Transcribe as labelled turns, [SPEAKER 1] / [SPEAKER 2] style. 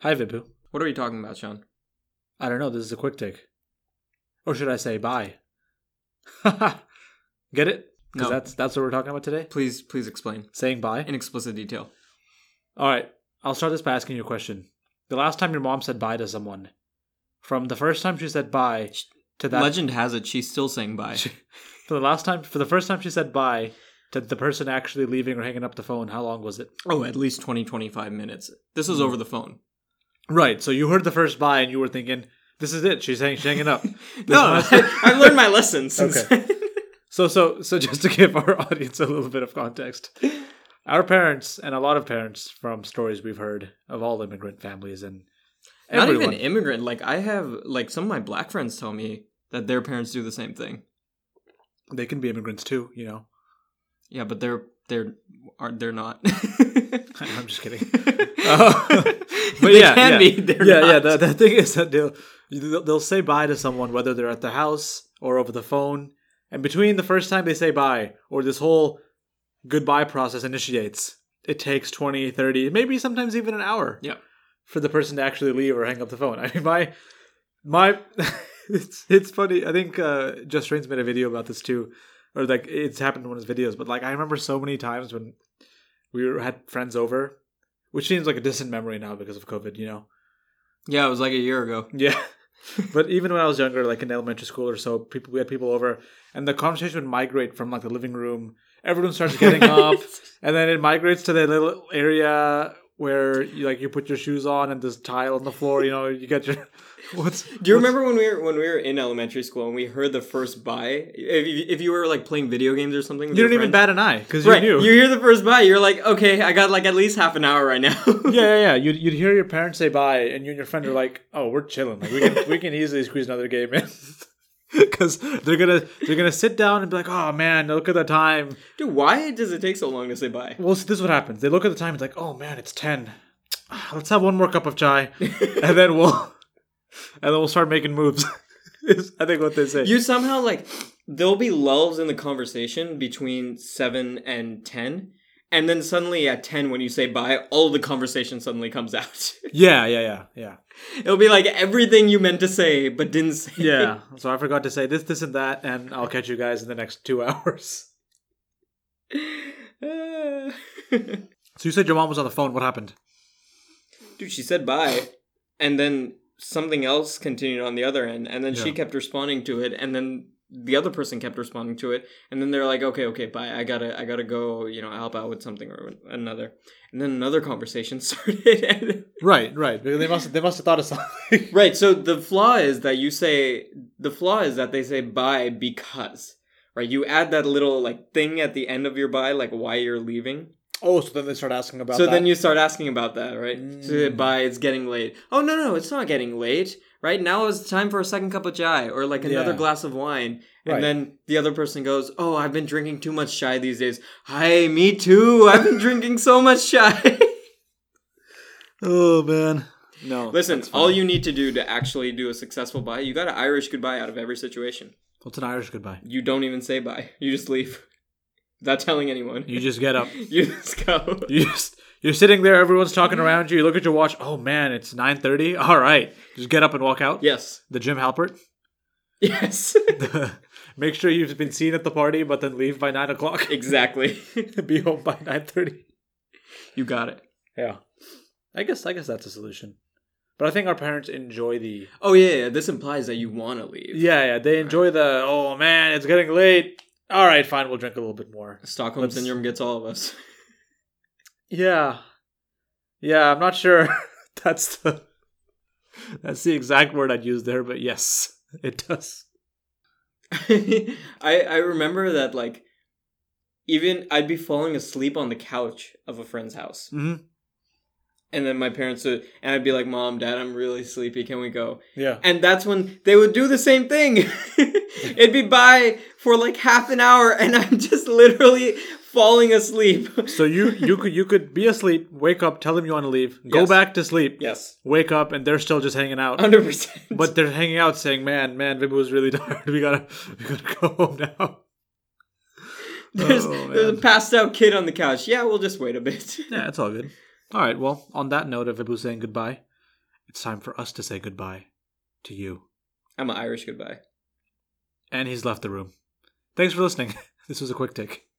[SPEAKER 1] Hi, Vibhu.
[SPEAKER 2] What are we talking about, Sean?
[SPEAKER 1] I don't know. This is a quick take. Or should I say bye? Get it? Because
[SPEAKER 2] No.
[SPEAKER 1] that's, that's what we're talking about today?
[SPEAKER 2] Please, please explain
[SPEAKER 1] Saying bye?
[SPEAKER 2] in explicit detail.
[SPEAKER 1] All right. I'll start this by asking you a question. The last time your mom said bye to someone, from the first time she said bye to that
[SPEAKER 2] Legend has it she's still saying bye.
[SPEAKER 1] for the last time for the first time she said bye to the person actually leaving or hanging up the phone, how long was it?
[SPEAKER 2] oh, at least 20, 25 minutes. This
[SPEAKER 1] Hmm.
[SPEAKER 2] is over the phone.
[SPEAKER 1] Right. So you heard the first bye and you were thinking, This is it, she's hang- she's hanging up. This
[SPEAKER 2] No,
[SPEAKER 1] must-
[SPEAKER 2] I've learned my lesson since.
[SPEAKER 1] Okay. So, so, so, just to give our audience a little bit of context, our parents and a lot of parents from stories we've heard of all immigrant families and
[SPEAKER 2] Not
[SPEAKER 1] everyone.
[SPEAKER 2] even immigrant. Like, I have, like, some of my black friends tell me that their parents do the same thing.
[SPEAKER 1] they can be immigrants too, you know.
[SPEAKER 2] Yeah, but they're, they're, are, they're not.
[SPEAKER 1] Oh. I'm just kidding.
[SPEAKER 2] but
[SPEAKER 1] But
[SPEAKER 2] they
[SPEAKER 1] yeah,
[SPEAKER 2] can
[SPEAKER 1] yeah,
[SPEAKER 2] be. They're
[SPEAKER 1] yeah,
[SPEAKER 2] not.
[SPEAKER 1] yeah. The, the thing is that they'll they'll they'll say bye to someone whether they're at the house or over the phone, and between the first time they say bye or this whole goodbye process initiates, it takes 20, 30, maybe sometimes even an hour.
[SPEAKER 2] Yeah.
[SPEAKER 1] for the person to actually leave or hang up the phone. I mean, my my it's it's funny. I think uh, Just Trains made a video about this too, or like it's happened in one of his videos. But like I remember so many times when we were, had friends over, which seems like a distant memory now because of COVID. You know,
[SPEAKER 2] Yeah, it was like a year ago.
[SPEAKER 1] yeah. but even when I was younger, like in elementary school or so, people we had people over, and the conversation would migrate from like the living room. Everyone starts getting up, and then it migrates to the little area where you like you put your shoes on and there's tile on the floor. You know, you get your what's
[SPEAKER 2] Do you remember when we were when we were in elementary school and we heard the first bye? If you, if you were like playing video games or something, with
[SPEAKER 1] you
[SPEAKER 2] your
[SPEAKER 1] didn't even
[SPEAKER 2] friends-
[SPEAKER 1] bat an eye because
[SPEAKER 2] Right,
[SPEAKER 1] you
[SPEAKER 2] you
[SPEAKER 1] knew.
[SPEAKER 2] hear the first bye, you're like, okay, I got like at least half an hour right now.
[SPEAKER 1] yeah, yeah, yeah. You'd, you'd hear your parents say bye, and you and your friend are like, "Oh, we're chilling. Like we can we can easily squeeze another game in." Because they're gonna they're gonna sit down and be like, "Oh man, look at the time."
[SPEAKER 2] Dude, why does it take so long to say bye?
[SPEAKER 1] Well, see, this is what happens. They look at the time. It's like, oh man, it's ten. Ah, Let's have one more cup of chai, and then we'll and then we'll start making moves. is, I think what they say.
[SPEAKER 2] You somehow like there'll be lulls in the conversation between seven and ten, and then suddenly at ten, when you say bye, all the conversation suddenly comes out.
[SPEAKER 1] yeah, yeah, yeah, yeah,
[SPEAKER 2] It'll be like everything you meant to say but didn't say.
[SPEAKER 1] yeah. so I forgot to say this, this, and that, and I'll catch you guys in the next two hours. So you said your mom was on the phone. What happened?
[SPEAKER 2] dude, she said bye, and then something else continued on the other end, and then she
[SPEAKER 1] Yeah.
[SPEAKER 2] kept responding to it, and then the other person kept responding to it, and then they're like, okay, okay, bye, I gotta, I gotta go, you know, help out with something or another, and then another conversation started. and-
[SPEAKER 1] Right, right. They must they must have thought of something.
[SPEAKER 2] right. So the flaw is that you say the flaw is that they say bye because. Right, you add that little like thing at the end of your bye, like why you're leaving.
[SPEAKER 1] oh, so then they start asking about.
[SPEAKER 2] So
[SPEAKER 1] that.
[SPEAKER 2] then you start asking about that, right? So,
[SPEAKER 1] Mm.
[SPEAKER 2] by it's getting late. Oh no, no, it's not getting late. Right now is time for a second cup of chai or like another
[SPEAKER 1] Yeah.
[SPEAKER 2] glass of wine. And
[SPEAKER 1] Right.
[SPEAKER 2] then the other person goes, "Oh, I've been drinking too much chai these days." Hi, me too. I've been drinking so much chai.
[SPEAKER 1] Oh man. No.
[SPEAKER 2] Listen, all you need to do to actually do a successful buy, you got an Irish goodbye out of every situation.
[SPEAKER 1] What's an Irish goodbye?
[SPEAKER 2] You don't even say bye. You just leave without telling anyone.
[SPEAKER 1] You just get up.
[SPEAKER 2] You just go.
[SPEAKER 1] You just you're sitting there, everyone's talking around you, you look at your watch, oh man, it's nine thirty. Alright. Just get up and walk out.
[SPEAKER 2] Yes.
[SPEAKER 1] The Jim Halpert.
[SPEAKER 2] Yes.
[SPEAKER 1] Make sure you've been seen at the party, but then leave by nine o'clock.
[SPEAKER 2] exactly.
[SPEAKER 1] Be home by nine thirty.
[SPEAKER 2] You got it.
[SPEAKER 1] Yeah. I guess I guess that's a solution. But I think our parents enjoy the
[SPEAKER 2] Oh yeah, yeah. This implies that you want to leave.
[SPEAKER 1] Yeah, yeah. They enjoy the oh man, it's getting late. Alright, fine, we'll drink a little bit more.
[SPEAKER 2] Stockholm
[SPEAKER 1] Let's-
[SPEAKER 2] syndrome gets all of us.
[SPEAKER 1] Yeah. Yeah, I'm not sure that's the that's the exact word I'd use there, but yes, it does.
[SPEAKER 2] I I remember that like even I'd be falling asleep on the couch of a friend's house,
[SPEAKER 1] Mm-hmm.
[SPEAKER 2] and then my parents would, and I'd be like, "Mom, Dad, I'm really sleepy. Can we go?"
[SPEAKER 1] Yeah.
[SPEAKER 2] And that's when they would do the same thing. It'd be by for like half an hour, and I'm just literally falling asleep.
[SPEAKER 1] So you you could you could be asleep, wake up, tell them you want to leave, go
[SPEAKER 2] Yes.
[SPEAKER 1] back to sleep,
[SPEAKER 2] yes,
[SPEAKER 1] wake up, and they're still just hanging out.
[SPEAKER 2] hundred percent.
[SPEAKER 1] But they're hanging out, saying, "Man, man, Vibu was really tired. We gotta we gotta go home now."
[SPEAKER 2] there's,
[SPEAKER 1] Oh,
[SPEAKER 2] there's a
[SPEAKER 1] man.
[SPEAKER 2] passed out kid on the couch. Yeah, we'll just wait a bit.
[SPEAKER 1] Yeah, it's all good. All right. Well, on that note of Vibu saying goodbye, It's time for us to say goodbye to you.
[SPEAKER 2] I'm an Irish goodbye.
[SPEAKER 1] And he's left the room. Thanks for listening. This was a quick take.